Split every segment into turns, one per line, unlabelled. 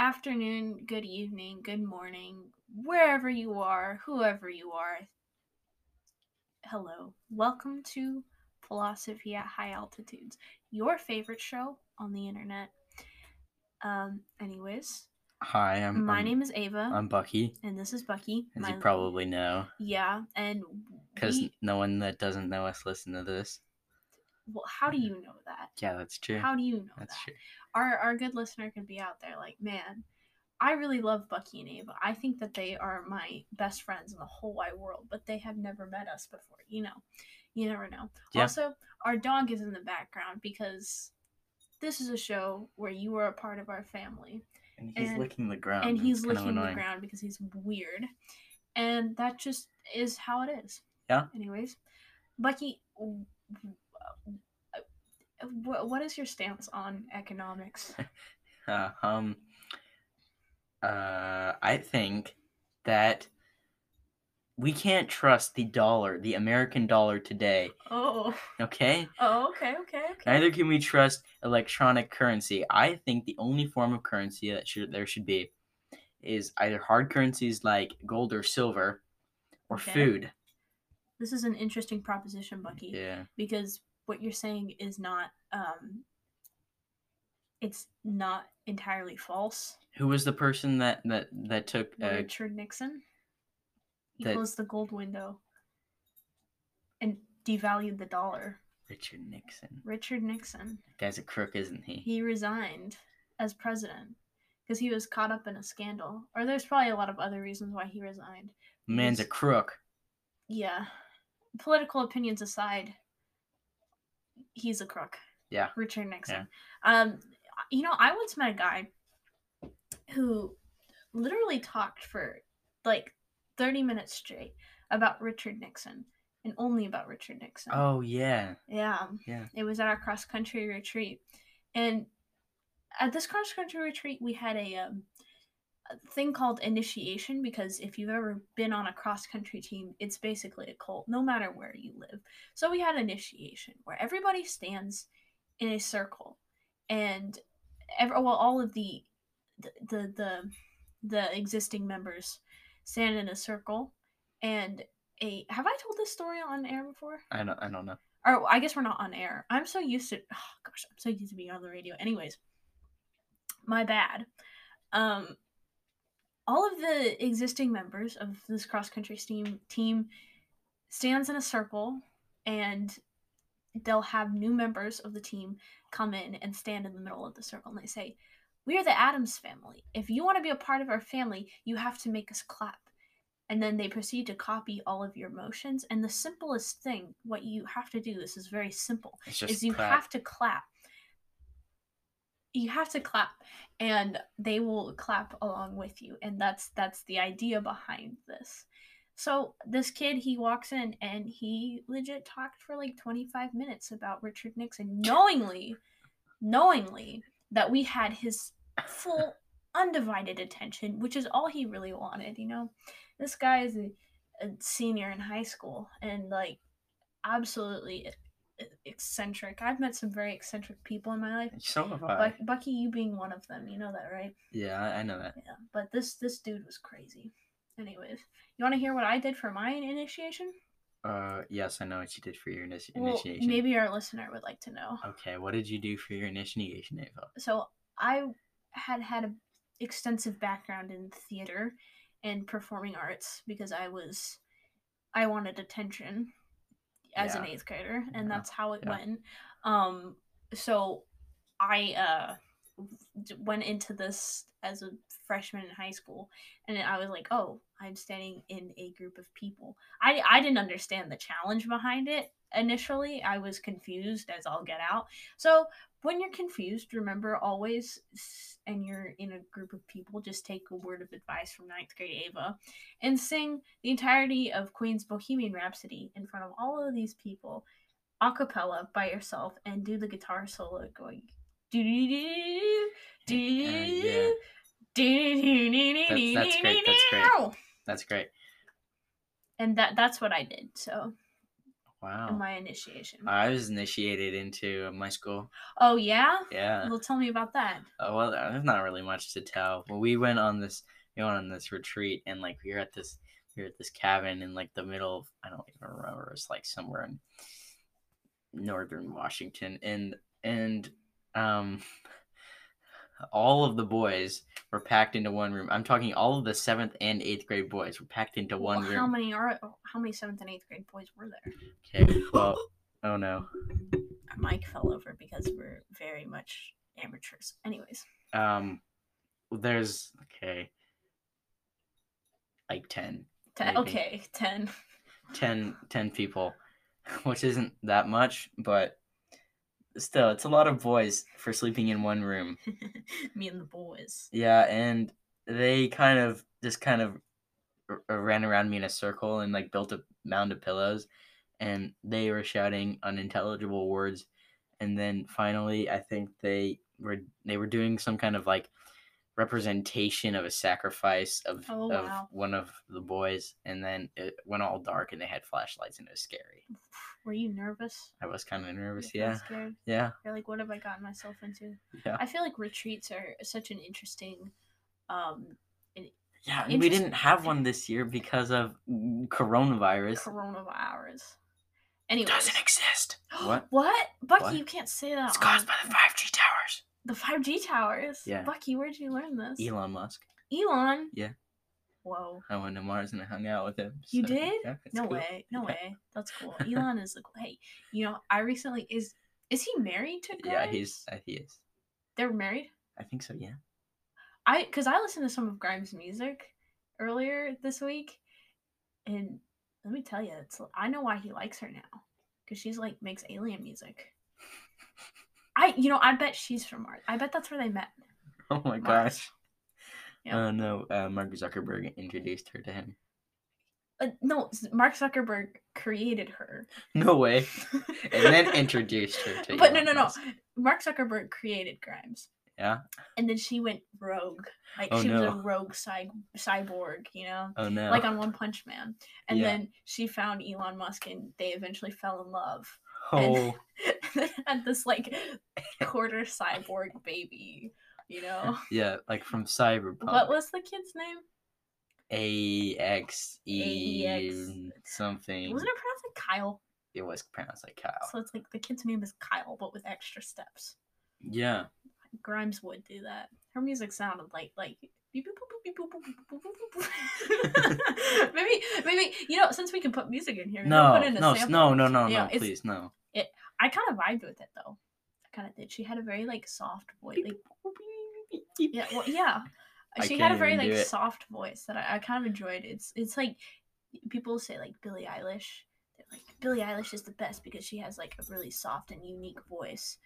afternoon, good evening, good morning, wherever you are, whoever you are. Hello. Welcome to Philosophy at High Altitudes, your favorite show on the internet. Um, anyways,
Hi, I'm
my
I'm-
name is Ava,
I'm Bucky,
and this is Bucky.
as
my-
you probably know,
Yeah, and
because
we-
no one that doesn't know us listen to this.
well, how do you know that?
Yeah, that's true.
How do you know
that's
that?
true.
our our good listener can be out there like man i really love bucky and ava i think that they are my best friends in the whole wide world but they have never met us before you know you never know
Yeah.
also our dog is in the background because this is a show where you are a part of our family
And he's
And-
licking the ground.
and he's
It's Oh, kinda
licking the
annoying.
ground because he's weird and that just is how it is
Yeah.
anyways bucky w- w- uh, wh- what is your stance on economics
Uh, um, uh, I think that we can't trust the dollar, the American dollar today.
oh
Okay,
Oh, okay, okay, okay.
neither can we trust electronic currency. I think the only form of currency that should there should be is either hard currencies like gold or silver, or
Okay.
food.
This is an interesting proposition, Bucky,
Yeah.
because what you're saying is not um it's not entirely false.
Who was the person that that that took? Uh,
Richard Nixon
that-
equals the gold window and devalued the dollar.
Richard Nixon.
Richard Nixon.
Guy's a crook, isn't he?
He resigned as president because he was caught up in a scandal. Or there's probably a lot of other reasons why he resigned.
Man's a
was-
crook.
Yeah. Political opinions aside, he's a crook.
Yeah.
Richard Nixon. Um, you know, I once met a guy who literally talked for like 30 minutes straight about Richard Nixon and only about Richard Nixon.
Oh yeah,
Yeah.
Yeah.
It was at our cross country retreat. And at this cross country retreat, we had a, um, a thing called initiation because if you've ever been on a cross country team, it's basically a cult, no matter where you live. So we had initiation where everybody stands in a circle and ev well, all of the, the, the, the, the existing members stand in a circle and a have i told this story on air before
I don't I don't know.
or I guess we're not on air. I'm so used to oh gosh, I'm so used to being on the radio. Anyways, my bad. Um all of the existing members of this cross country team team stands in a circle and they'll have new members of the team come in and stand in the middle of the circle and they say, "We are the Adams family. If you want to be a part of our family, you have to make us clap." and then they proceed to copy all of your motions. And the simplest thing, what you have to do, this is very simple,
It's just
is you
crap.
have to clap. You have to clap, and they will clap along with you. And that's that's the idea behind this. So this kid, he walks in and he legit talked for like 25 minutes about Richard Nixon, knowingly, knowingly that we had his full undivided attention, which is all he really wanted, you know. This guy is a, a senior in high school and like absolutely e- eccentric. I've met some very eccentric people in my life.
So have I.
Buck, Bucky, you being one of them, you know that, right?
Yeah, I, I know that.
Yeah. But this this dude was crazy. Anyways, you want to hear what I did for my initiation?
Uh, yes, I know what you did for your initi-
Well,
initiation.
maybe our listener would like to know.
Okay, what did you do for your initiation, Ava?
so I had had an extensive background in theater and performing arts because I was I wanted attention as an
Yeah.
eighth grader, and
Yeah.
that's how it
Yeah.
went. Um, so I uh d- went into this as a freshman in high school and I was like, "Oh, I'm standing in a group of people." I I didn't understand the challenge behind it initially. I was confused as all get out. So, when you're confused, remember always, s- and you're in a group of people, just take a word of advice from ninth grade Ava and sing the entirety of Queen's Bohemian Rhapsody in front of all of these people a cappella by yourself and do the guitar solo going do do do
uh, yeah.
do do
That's- that's great, that's great. That's great.
and that that's what I did. So in
Wow.
my initiation.
I was initiated into my school.
oh yeah?
Yeah.
Well, tell me about that.
Uh, well, there's not really much to tell. But we went on this, we went on this retreat, and like we were at this, we were at this cabin in like the middle of, I don't even remember. It's like somewhere in northern Washington, and and um, all of the boys were packed into one room. I'm talking all of the seventh and eighth grade boys were packed into
Well,
one room.
how many are how many seventh and eighth grade boys were there?
Okay. Well, oh no.
Our mic fell over because we're very much amateurs. Anyways,
Um, there's okay, like 10,
ten,
Maybe.
okay, ten.
10, 10 people, which isn't that much, but still, it's a lot of boys for sleeping in one room.
me and the boys.
Yeah, and they kind of just kind of r- r- ran around me in a circle and like built a mound of pillows, and they were shouting unintelligible words, and then finally, I think they were they were doing some kind of like representation of a sacrifice of,
Oh,
of
wow.
one of the boys, and then it went all dark and they had flashlights and it was scary.
Were you nervous?
I was kind of
Were
nervous.
you kinda
Yeah,
Scared?
yeah,
You're like, what have I gotten myself into?
Yeah.
I feel like retreats are such an interesting. Um,
yeah. and we
Interest-
didn't have one this year because of mm, coronavirus.
coronavirus. Anyways.
exist. What?
What? Bucky,
What?
you can't say that.
It's
on-
caused by the 5G towers.
the 5G towers.
Yeah.
Bucky, where'd you learn this?
Elon Musk.
Elon?
Yeah.
Whoa.
I went to Mars and I hung out with him.
You did?
yeah, it's
No
cool.
way. No
Yeah.
way. That's cool. Elon is the hey, you know, I recently is is he married to Grimes?
Yeah, he's uh, he is.
they're married?
I think so. Yeah.
I because I listened to some of Grimes' music earlier this week, and let me tell you, it's I know why he likes her now because she's like makes alien music. I you know I bet she's from Mars. I bet that's where they met.
Oh my
Mars.
gosh.
Yeah.
Oh no! Uh, Mark Zuckerberg introduced her to him.
Uh, no, Z- Mark Zuckerberg created her,
No way. And then introduced her to.
But no,
Elon
no, no.
Musk.
Mark Zuckerberg created Grimes.
Yeah?
And then she went rogue. Like
Oh,
she was a
no.
rogue cy- cyborg, you know?
Oh no.
Like uh, on One Punch Man. And
Yeah.
then she found Elon Musk and they eventually fell in love.
oh.
And they had this like quarter cyborg baby, you know?
Yeah, like from Cyberpunk.
What was the kid's name?
A X E
AEX.
something.
Wasn't it pronounced like Kyle?
it was pronounced like Kyle.
So it's like the kid's name is Kyle, but with extra steps.
yeah.
Grimes would do that. Her music sounded like like beep, boop, boop, beep, boop, boop, boop, boop, boop, boop. maybe maybe you know since we can put music in here, we
No,
can put in a
no, s-
sample.
no, no, no,
Yeah,
no,
it's-
please, no.
I kind of vibed with it though. I kind of did. She had a very like soft voice. Like yeah, well, yeah.
I
She had a
can't
very
even
like
do it.
soft voice that I, I kind of enjoyed. It's it's like people say like Billie Eilish. They're like Billie Eilish is the best because she has like a really soft and unique voice.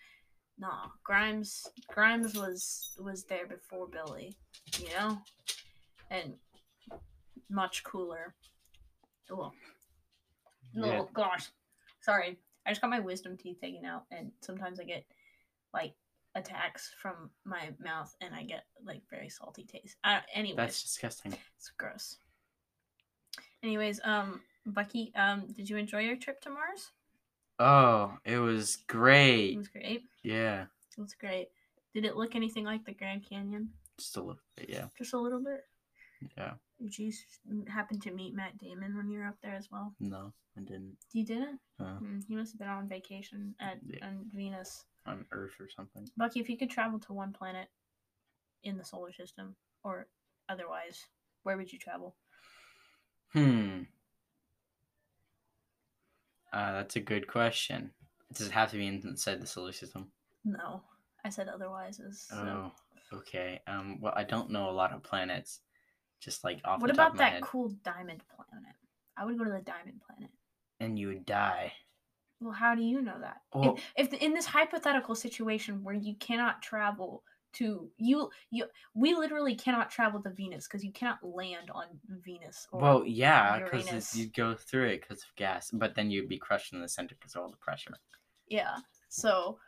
Nah, Grimes Grimes was was there before Billie, you know, and much cooler. Oh,
Yeah.
oh gosh, sorry. I just got my wisdom teeth taken out, and sometimes I get like attacks from my mouth, and I get like very salty taste. Uh, anyways,
That's disgusting.
it's gross. Anyways, um, Bucky, um, did you enjoy your trip to Mars?
Oh, it was
It
great.
was great.
Yeah,
It was great. Did it look anything like the Grand Canyon?
just a little bit. Yeah,
Just a little bit.
yeah.
Did you s- happen to meet Matt Damon when you were up there as well?
No, I didn't.
You didn't.
Uh,
Mm, he must have been on vacation at
Yeah.
on Venus.
on Earth or something.
Bucky, if you could travel to one planet in the solar system or otherwise, where would you travel?
Hmm. Uh, that's a good question. Does it have to be inside the solar system?
No, I said otherwise. Is so.
Oh, okay. Um, well, I don't know a lot of planets. Just like off
what
the
about
top of my
that
head,
cool diamond planet? I would go to the diamond planet.
and you would die.
Well, how do you know that?
Well-
if if the, in this hypothetical situation where you cannot travel to you you we literally cannot travel to Venus because you cannot land on Venus. Or,
Well, yeah, because
Uranus.
you'd go through it because of gas, but then you'd be crushed in the center because of all the pressure.
Yeah. So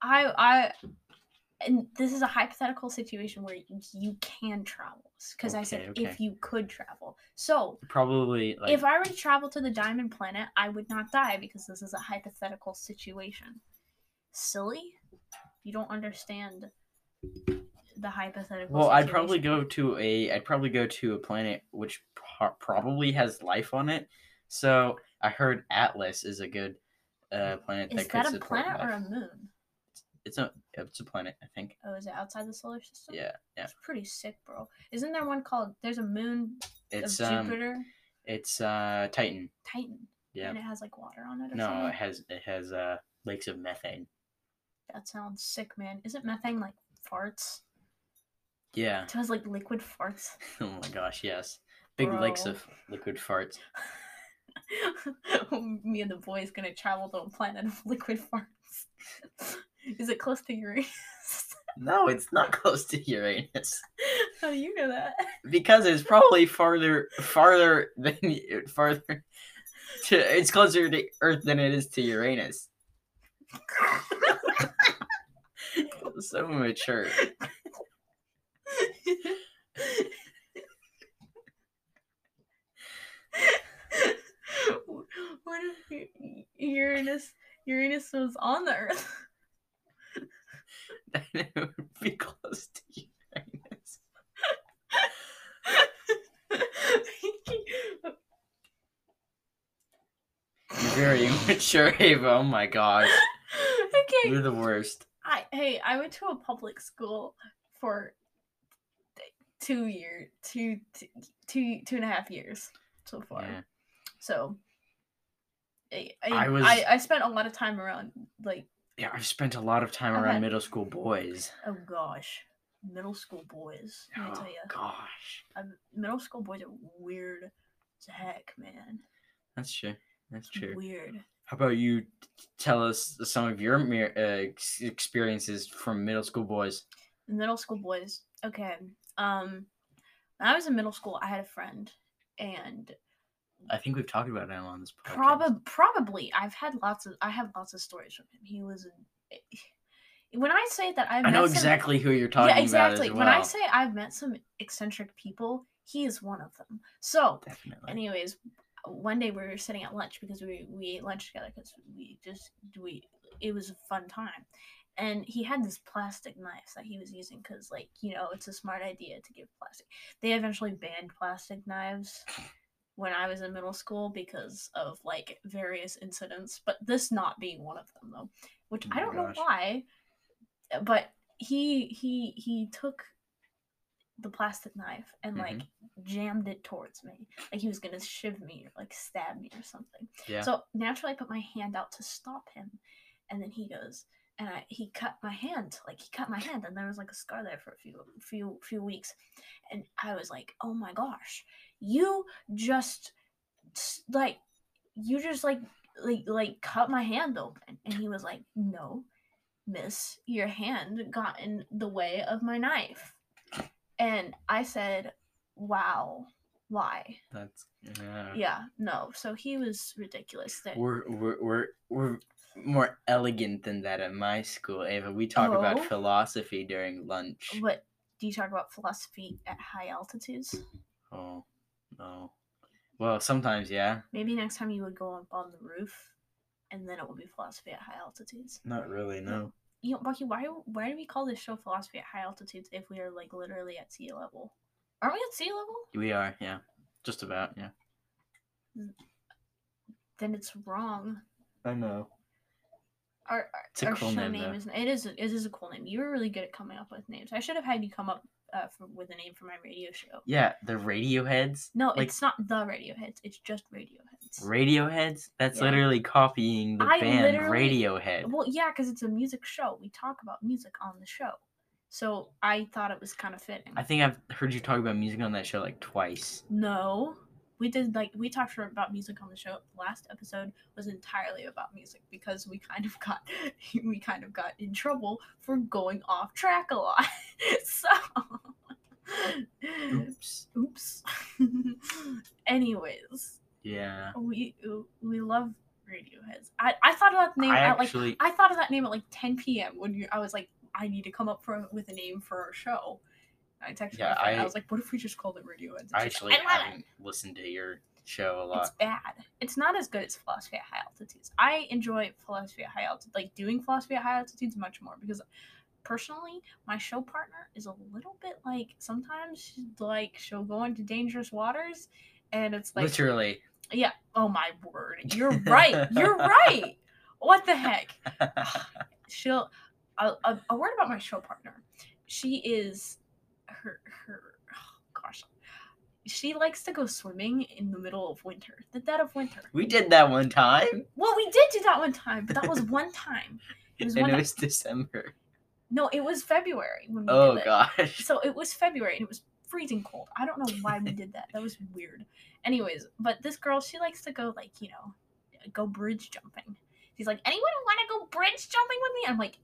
I I and this is a hypothetical situation where you can travel. because I said
Okay,
if
okay.
you could travel. So
Probably like
if I were to travel to the Diamond Planet, I would not die because this is a hypothetical situation. Silly, you don't understand the hypothetical.
well, I'd
situation.
probably go to a I'd probably go to a planet which pro- probably has life on it. So I heard Atlas is a good uh, planet
Is
that could
that a
support
planet or a
life.
moon?
It's a it's a planet, I think.
Oh, is it outside the solar system?
Yeah, yeah.
It's pretty sick, bro. Isn't there one called? There's a moon
It's
of
um
Jupiter,
it's uh Titan.
Titan,
Yeah.
and it has like water on it. Or
No,
something?
it has it has uh lakes of methane.
That sounds sick, man. Isn't methane like farts?
Yeah.
It has like liquid farts.
Oh my gosh, yes. Big lakes
Bro.
of liquid farts.
Me and the boys gonna travel to a planet of liquid farts. Is it close to Uranus?
No, it's not close to Uranus
How do Oh, you know that?
because it's probably farther farther than farther to it's closer to Earth than it is to Uranus. So mature.
what if U- Uranus Uranus was on the Earth?
That it would be close to Uranus. You're very immature, Ava. Oh my gosh.
okay.
You're the worst.
I hey, I went to a public school for th- two year, two two two two and a half years so far.
Yeah.
So I I,
I was-
I I spent a lot of time around like
Yeah, I've spent a lot of time
Okay.
around middle school boys.
oh gosh, middle school boys. Let me
Oh
tell you,
gosh.
middle school boys are weird as heck, man.
That's true. That's true.
Weird.
How about you t- tell us some of your mer- uh, ex- experiences from middle school boys?
middle school boys okay um when i was in middle school i had a friend and
I think we've talked about him on this podcast.
probably probably i've had lots of i have lots of stories from him he was a- when i say that i've
I know
met some-
exactly who you're talking
yeah exactly
about as well.
when i say i've met some eccentric people he is one of them so
Definitely.
anyways one day we were sitting at lunch because we we ate lunch together because we just we it was a fun time and he had this plastic knife that he was using because like you know it's a smart idea to give plastic they eventually banned plastic knives when i was in middle school because of like various incidents but this not being one of them though which
Oh
i
my
don't
gosh.
know why but he he he took the plastic knife and
Mhm.
like jammed it towards me. Like he was gonna shiv me or like stab me or something.
Yeah.
So naturally, I put my hand out to stop him, and then he goes and I, he cut my hand. Like he cut my hand, and there was like a scar there for a few few few weeks. And I was like, oh my gosh, you just s- like you just like like like cut my hand open. And he was like, no, miss, your hand got in the way of my knife. And I said, wow, why?
That's yeah.
Yeah, no. So he was ridiculous. That
We're, we're we're we're more elegant than that at my school, Ava. We talk about
Oh.
philosophy during lunch.
what do you talk about philosophy at high altitudes?
Oh no. Well, sometimes yeah.
Maybe next time you would go up on the roof, and then it would be philosophy at high altitudes.
Not really. No.
You know, Bucky, why why do we call this show philosophy at high altitudes if we are like literally at sea level? Aren't we at sea level?
We are. Yeah. Just about. Yeah.
Then it's wrong.
I know.
Our, our,
It's a
our
cool
show
name,
name
though.
is it is it is a cool name. You were really good at coming up with names. I should have had you come up uh, for, with a name for my radio show.
Yeah, the Radioheads.
No,
Like-
it's not the Radioheads. It's just Radioheads.
Radioheads? That's
Yeah.
literally copying the
I
band
literally-
Radiohead.
Well, yeah, because it's a music show. We talk about music on the show, so I thought it was kind of fitting.
I think I've heard you talk about music on that show like twice.
No, we did like we talked for- about music on the show. Last episode was entirely about music because we kind of got we kind of got in trouble for going off track a lot. so,
Oops.
oops. Anyways,
Yeah.
we we love Radioheads. I I thought about the name
I
at like
actually
I thought of that name at like 10 p.m. when you, I was like, I need to come up for, with a name for our show. I texted
Yeah,
my friend. I,
I-
was like, "What if we just called it Radiohead?"
I
And she's
actually
like, I love it.
haven't listened to your show a
It's
lot.
bad. It's not as good as philosophy at high altitudes. I enjoy philosophy at high altitude, like doing philosophy at high altitudes much more because personally, my show partner is a little bit like sometimes she's like she'll go into dangerous waters and it's like,
Literally.
oh my word, you're right. You're right. What the heck? she'll a, a, a word about my show partner she is her her oh gosh she likes to go swimming in the middle of winter the dead of winter
we did that one time,
well we did do that one time but that was one time It was
and
one
it
that-
was December.
no it was february when we
Oh
did it
gosh.
so it was February and it was freezing cold. I don't know why we did that. That was weird. Anyways, but this girl, she likes to go like, you know, go bridge jumping. She's like, anyone want to go bridge jumping with me? I'm like,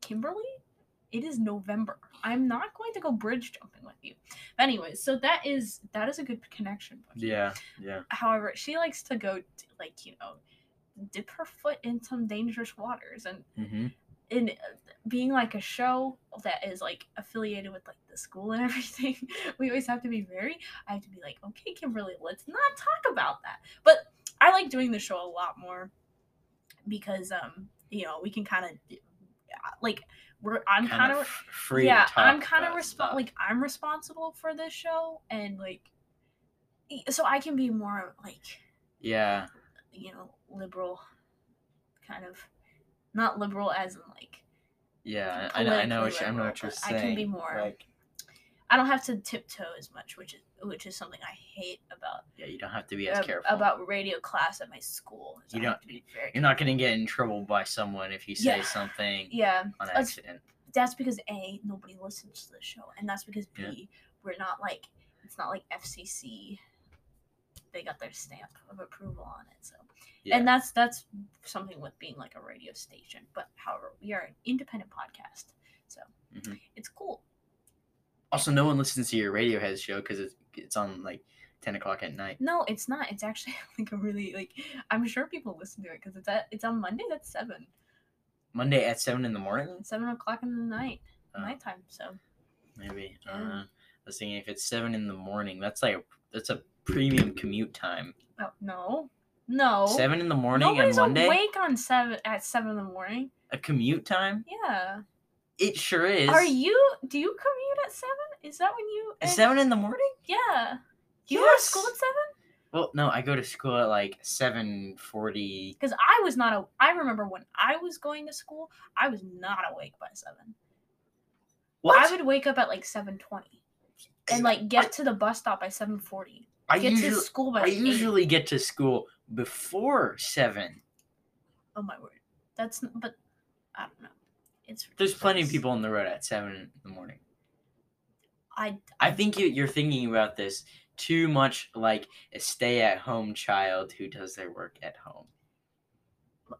Kimberly, it is November. I'm not going to go bridge jumping with you. But anyways, so that is that is a good connection. point.
Yeah, yeah.
However, she likes to go t- like you know, dip her foot in some dangerous waters, and
Mm-hmm.
in being like a show that is like affiliated with like the school and everything, we always have to be very. I have to be like, okay, Kimberly, let's not talk about that. But I like doing the show a lot more because um, you know, we can kind of like we're I'm kind of
free.
yeah,
to talk
I'm kind of
about
responsible.
stuff.
Like I'm responsible for this show, and like, y- so I can be more like
Yeah,
you know liberal, kind of not liberal as in like
yeah. I, I know. I know. What you, I know what
politically
you're
liberal, but
saying.
I can be more-
Like,
I don't have to tiptoe as much, which is which is something I hate about
yeah, you don't have to be as
ab-
careful.
about radio class at my school. is
You
I have
don't-
to be very
you're not gonna get in trouble by someone if you say
Yeah.
something
yeah.
on
Let's-
accident.
That's because a nobody listens to the show, and that's because b
Yeah.
we're not like it's not like FCC. They got their stamp of approval on it, so
Yeah.
and that's that's something with being like a radio station. But however, we are an independent podcast, so
Mhm.
it's cool.
Also, no one listens to your Radiohead show because it's it's on like ten o'clock at night.
No, it's not. It's actually like a really like I'm sure people listen to it because it's at it's on Mondays at seven,
Monday at seven in the morning.
seven o'clock in the night,
Oh.
nighttime. So
Maybe.
Yeah.
Uh, I was thinking if it's seven in the morning, that's like that's a premium commute time.
oh no, no,
Seven in the morning
Oh. nobody's
on Monday,
awake on seven at seven in the morning.
a commute time.
Yeah,
It sure is.
are you? Do you commute at seven? Is that when you?
At
end-
seven in the morning?
Yeah, you go to school
Yes!
at seven.
Well, no, I go to school at like seven forty.
Because I was not a. I remember when I was going to school, I was not awake by seven.
What?
I would wake up at like seven twenty, and like get to the bus stop by seven forty.
I
get
usually,
to school by
I
eight.
usually get to school before seven.
Oh my word, that's n- but I don't know. It's
There's plenty of
ridiculous.
people on the road at seven in the morning.
I
I think you, you're thinking about this too much, like a stay-at-home child who does their work at home.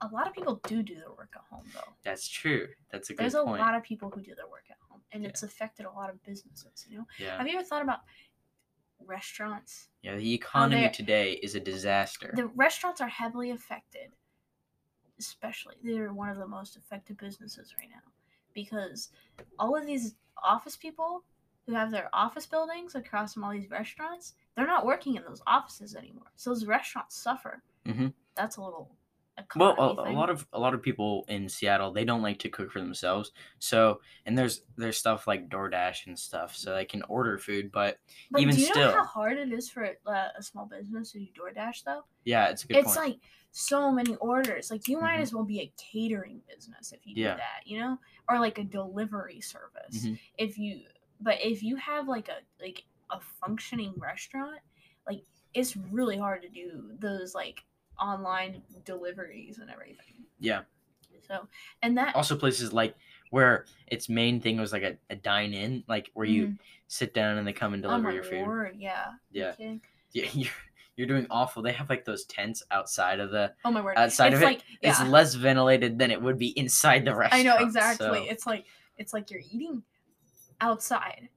a lot of people do do their work at home though.
That's true. That's a good
There's a
point.
lot of people who do their work at home, and
Yeah.
it's affected a lot of businesses. You know,
yeah,
have you ever thought about restaurants?
yeah. The economy
there-
today is a disaster.
The restaurants are heavily affected, especially they're one of the most affected businesses right now because all of these office people who have their office buildings across from all these restaurants, they're not working in those offices anymore. So those restaurants suffer.
Mhm.
That's a little
well,
economy
a, a
thing.
lot of a lot of people in Seattle they don't like to cook for themselves. So, and there's there's stuff like DoorDash and stuff, so they can order food. But
but
even
do you know how
still-
hard it is for uh, a small business to do DoorDash though?
yeah, it's a good
it's
point.
like so many orders. Like you might
Mhm.
as well be a catering business if you do
Yeah.
that, you know, or like a delivery service.
Mhm.
If you, but if you have like a like a functioning restaurant, like it's really hard to do those like online deliveries and everything.
yeah.
So and that
Also, places like where its main thing was like a, a dine in, like where you
Mhm.
sit down and they come and
oh
deliver
my
your food.
word, yeah, Are you
Yeah.
kidding?
Yeah, you're, you're doing awful. They have like those tents outside of the.
Oh my word,
Outside
it's
of it,
like yeah,
It's less ventilated than it would be inside the
I
restaurant.
know exactly.
so-
It's like it's like you're eating outside,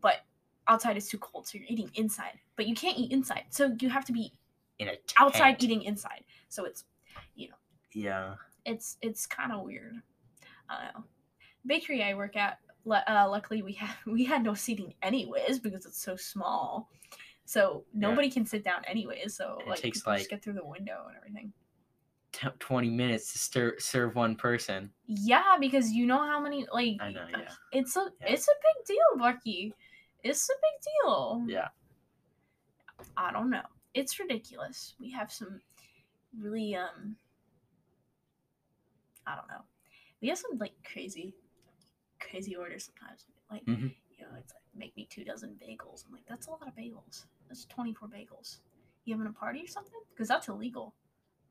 but outside is too cold, so you're eating inside. But you can't eat inside, so you have to be
in a tent.
outside eating inside. So it's
Yeah.
it's it's kind of weird. I don't know. Bakery I work at Lu- uh, luckily we had we had no seating anyways because it's so small so
Yeah.
nobody can sit down anyways so
It
like
takes,
people
like-
just get through the window and everything
t- 20 minutes to stir- serve one person.
yeah because you know how many like
I know, yeah.
it's a
Yeah.
it's a big deal bucky it's a big deal
Yeah.
i don't know it's ridiculous we have some really um i don't know we have some like crazy crazy orders sometimes like
Mhm.
you know it's like make me two dozen bagels i'm like that's a lot of bagels that's 24 bagels you having a party or something because that's illegal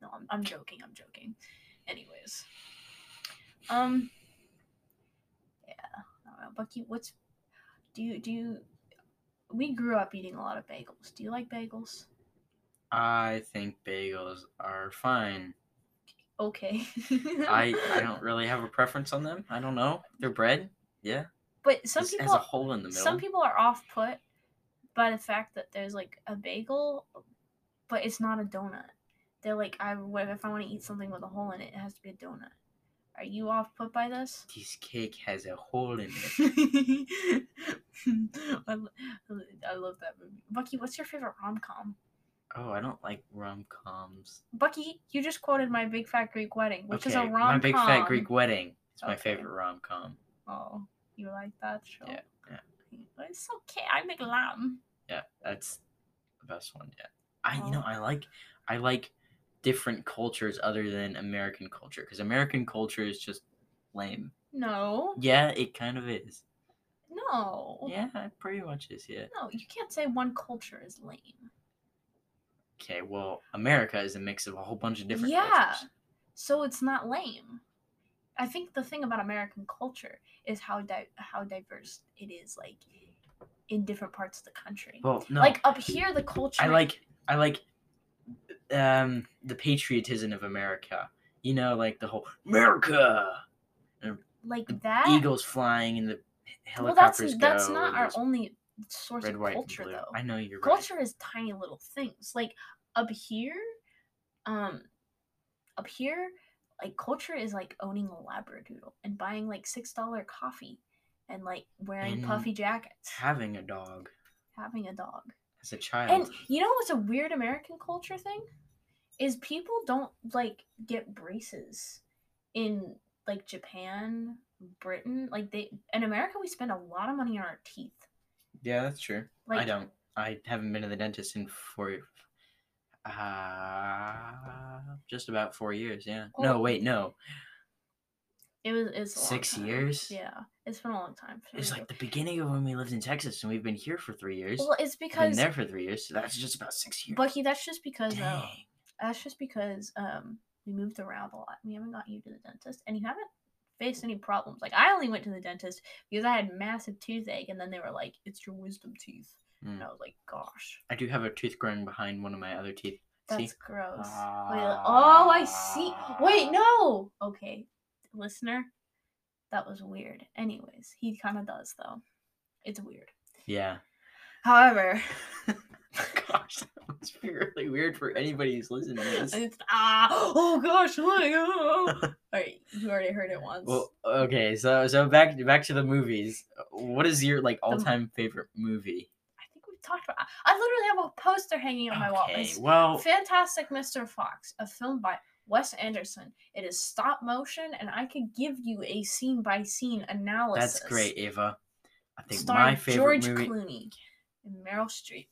no I'm, I'm joking i'm joking anyways um yeah I don't know. bucky what's do you do you we grew up eating a lot of bagels do you like bagels
I think bagels are fine.
okay
I, I don't really have a preference on them. I don't know. They're bread. Yeah.
but some
Just has
people
a hole in the middle.
some people are off put by the fact that there's like a bagel but it's not a donut they're like i what if i want to eat something with a hole in it it has to be a donut are you off put by this
this cake has a hole in it.
I, lo- I love that movie bucky what's your favorite rom-com
Oh, I don't like rom coms.
bucky you just quoted my big fat greek wedding which is a rom-com
My Big Fat Greek Wedding. It's my
Okay.
favorite rom com.
oh you like that show
Yeah, yeah.
But it's okay i make lamb
Yeah, that's the best one yet. I
Oh.
you know I like I like different cultures other than American culture because American culture is just lame.
no
Yeah, it kind of is.
no
Yeah, it pretty much is. Yeah.
No, you can't say one culture is lame.
Okay. Well, America is a mix of a whole bunch of different.
Yeah.
cultures.
So it's not lame. I think the thing about American culture is how di- how diverse it is, like in different parts of the country.
Well, no.
Like up here, the culture.
I like I like um the patriotism of America. You know, like the whole America
like
the
that.
eagles flying and the
well, that's
helicopters go.
that's not
and
our
there's
only source
red,
of
white, and
culture,
blue.
though.
I know you're right.
culture is tiny little things like up here um up here like culture is like owning a labradoodle and buying like six dollar coffee and like wearing
And-
puffy jackets
Having a dog
having a dog
as a child.
and you know what's a weird american culture thing is people don't like get braces in like japan britain like they in america we spend a lot of money on our teeth
yeah, that's true.
like
I don't. I haven't been to the dentist in four. Uh, just about four years. Yeah. no,
Well,
wait, no.
it was it's a long
Six
time.
years?
yeah it's been a long time
It was
So-
like the beginning of when we lived in Texas, and we've been here for three years.
Well, it's
We've been
because
there for three years, so that's just about six years.
Bucky. That's just because uh,
Dang.
that's just because um we moved around a lot. We haven't gotten you to the dentist, and you haven't faced any problems. Like I only went to the dentist because I had massive toothache, and then they were like, "It's your wisdom teeth," and
Mm.
I was like, "Gosh,
I do have a tooth growing behind one of my other teeth. See?
that's gross." Wait, oh, I see.
Ah.
Wait, no. Okay, listener, that was weird. Anyways, he kind of does though. It's weird.
Yeah.
However,
Gosh, that was really weird for anybody who's listening to this.
it's ah oh gosh, look, oh. all right, you already heard it once.
Well, okay, so so back back to the movies. What is your like all time favorite movie?
I think we've talked about. I literally have a poster hanging on my wall.
Okay,
It's
well,
Fantastic Mr. Fox, a film by Wes Anderson. It is stop motion, and I could give you a scene by scene analysis.
that's great, Ava. I think
Starring
my favorite
George
movie
Clooney, and Meryl Streep,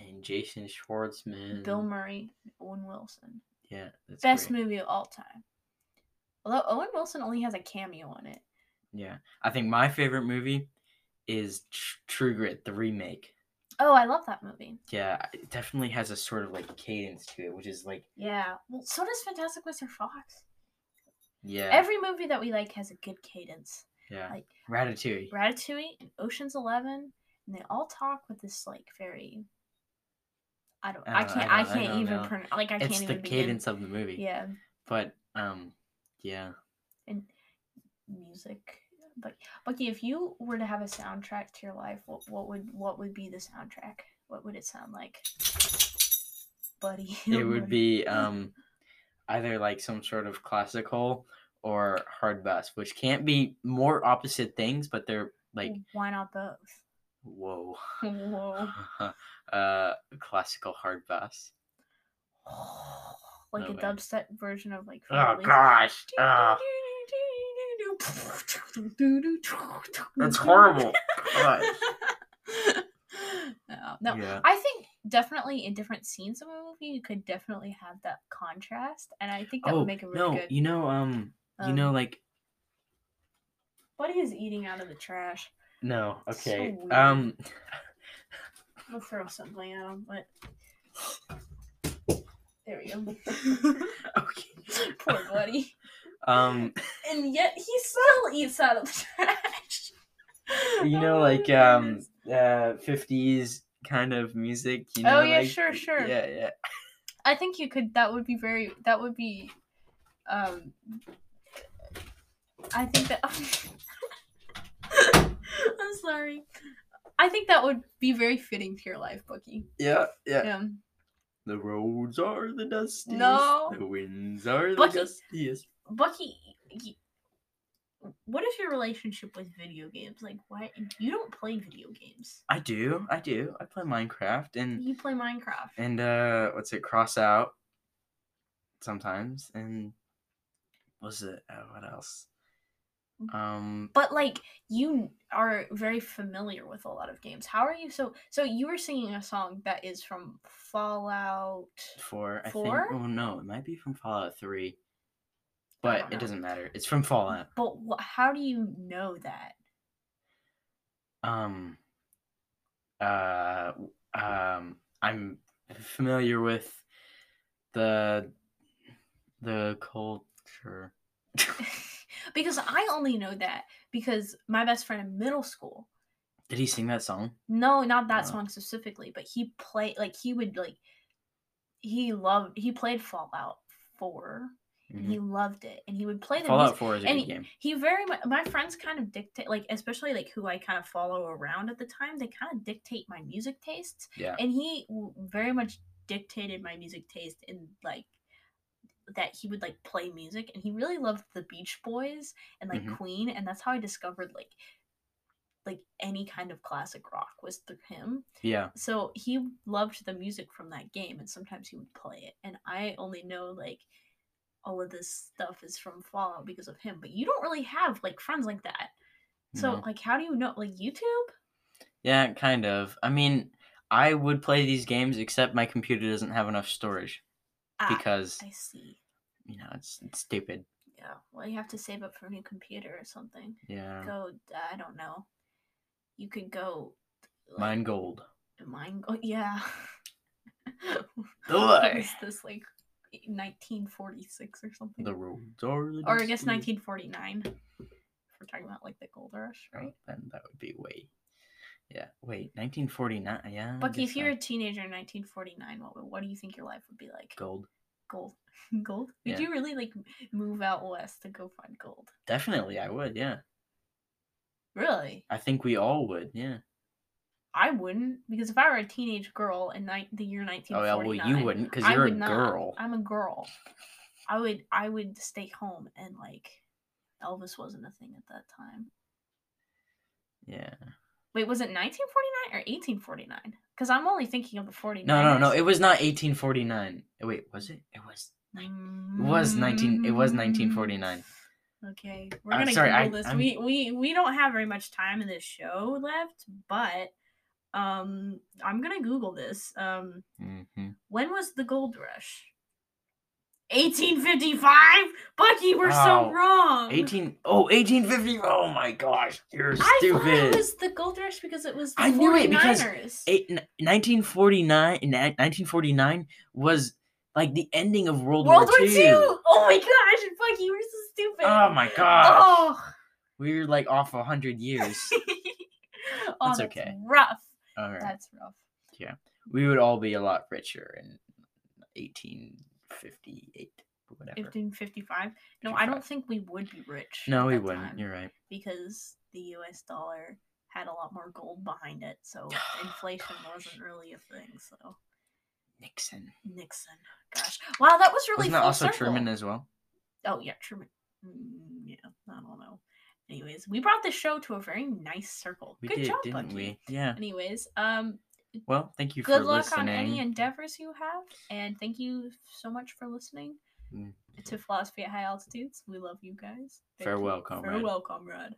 and Jason Schwartzman.
Bill Murray, and Owen Wilson.
yeah, Mm. that's
Best
great.
movie of all time. Although Owen Wilson only has a cameo in it.
Yeah, I think my favorite movie is Tr- True Grit, the remake.
Oh, I love that movie.
Yeah, it definitely has a sort of like cadence to it, which is like
Yeah. Well, so does Fantastic Mr. Fox.
yeah,
Every movie that we like has a good cadence.
yeah,
like-
Ratatouille.
Ratatouille and Ocean's Eleven, and they all talk with this like very. I don't. I,
I don't- Uh,
can't.
I
I,
don't- I
can't
don't
even
know.
pronounce. Like I
it's
can't
the
even
cadence of the movie.
begin. Yeah,
But um, yeah.
and music. But Bucky, if you were to have a soundtrack to your life, what what would what would be the soundtrack? What would it sound like, buddy?
it would be um either like some sort of classical or hard bus, which can't be more opposite things, but they're like
why not both?
whoa,
Whoa.
uh, classical hard bus.
like
No
a
way.
dubstep version of like.
Oh
Fairly-
gosh, Ah, that's horrible. Gosh.
no, no.
Yeah.
I think definitely in different scenes of a movie, you could definitely have that contrast, and I think that
Oh
would make it really
no,
good.
you know, um, you know,
Um,
like
Buddy is eating out of the trash.
no,
so
okay,
weird.
um,
I'll throw something at him, but there we go.
okay,
Poor Buddy.
um,
and yet he still eats out of the trash.
you know,
Oh
like
my
um,
goodness.
uh, fifties kind of music. You know,
Oh, yeah,
like-
sure, sure.
yeah, yeah.
I think you could. That would be very. That would be. Um. I think that. I'm sorry. I think that would be very fitting to your life, Bookie.
Yeah, yeah.
Yeah.
The roads are the dustiest.
No.
The winds are the
Bucky.
dustiest.
Bucky, y- what is your relationship with video games? Like, why you don't play video games?
I do, I do. I play Minecraft and
You play Minecraft.
and uh, what's it? Cross out sometimes and what's it? Uh, what else?
Mm.
Um,
but like you are very familiar with a lot of games how are you so so you were singing a song that is from fallout
four. I
Four?
think. Oh no, it might be from Fallout Three,
I
but
don't
it
know.
doesn't matter. It's from Fallout.
but wh- how do you know that
Um. Uh. w- Um. I'm familiar with the the culture.
because i only know that because my best friend in middle school
Did he sing that song?
no not that
Oh.
song specifically but he played like he would like he loved he played fallout 4 and he loved it and he would play the music
Mm-hmm. Fallout Four is a
and
good game.
he very much my friends kind of dictate like especially like who i kind of follow around at the time they kind of dictate my music tastes
Yeah.
and he w- very much dictated my music taste in like that he would like play music and he really loved the beach boys and like
Mhm.
queen and that's how i discovered like like any kind of classic rock was through him
Yeah.
so he loved the music from that game and sometimes he would play it and i only know like all of this stuff is from fallout because of him but you don't really have like friends like that so
Mhm.
like how do you know like youtube
Yeah, kind of. I mean, I would play these games except my computer doesn't have enough storage
ah,
because
i see
you know it's, it's stupid.
yeah well you have to save up for a new computer or something
Yeah.
go i don't know you could go like,
Mine gold.
mine go yeah
Ugh.
What is this like 1946 or something
The roads are. The
Mm-hmm. or I guess
dustiest.
1949. If we're talking about like the gold rush,
Oh,
right?
then that would be way. Yeah. Wait, 1949. Yeah. I
Bucky,
guess
if you were
so.
a teenager in 1949, what would- what do you think your life would be like?
gold,
Gold, gold. Would
Yeah.
you really like move out west to go find gold?
definitely I would. Yeah.
Really?
I think we all would. Yeah.
I wouldn't because if I were a teenage girl in ni- the year
Oh yeah. Well,
1949,
you wouldn't because
I
you're a
would not.
girl.
I'm a girl. I would I would stay home and like Elvis wasn't a thing at that time.
Yeah.
Wait, was it 1949 or 1849? Because I'm only thinking of the 49ers.
No, no, no. It was not 1849. Wait, was it? It was. It was 19. It was 1949.
Okay, we're
I'm
gonna
sorry, I-
Google this.
I'm-
We we we don't have very much time in this show left, but um, I'm gonna Google this. Um,
Mm-hmm.
when was the gold rush? 1855. Bucky, we're so
Wow.
wrong.
18. Oh, 1850. Oh my gosh, you're
I thought
stupid.
it was the gold rush because it was the
I knew it because
49ers.
Eight, n- 1949 in 1949 was like the ending of World,
World War
War
II. Oh my gosh, and Bucky, we're so stupid.
Oh my gosh.
Oh.
We're like off a hundred years.
Oh,
That's okay.
Rough.
All right.
That's rough.
we would all be a lot richer in 1858 or whatever.
1555. No, I don't
55.
think we would be rich.
No,
at
we
that
wouldn't.
time
You're right.
Because the US dollar had a lot more gold behind it, so inflation wasn't really a thing. So
Nixon.
Nixon. Gosh. Wow, that was really
Wasn't that
full
also
circle.
Truman as well?
Oh yeah, Truman. Mm, yeah, I don't know. Anyways, we brought this show to a very nice circle.
We
good
did,
job,
didn't
Bucky.
we? Yeah.
Anyways, um,
Well, thank you
good
for
luck on
listening.
any endeavors you have, and thank you so much for listening
Mm.
to Philosophy at High Altitudes. We love you guys. Thank you.
Farewell, comrade.
Farewell, comrade.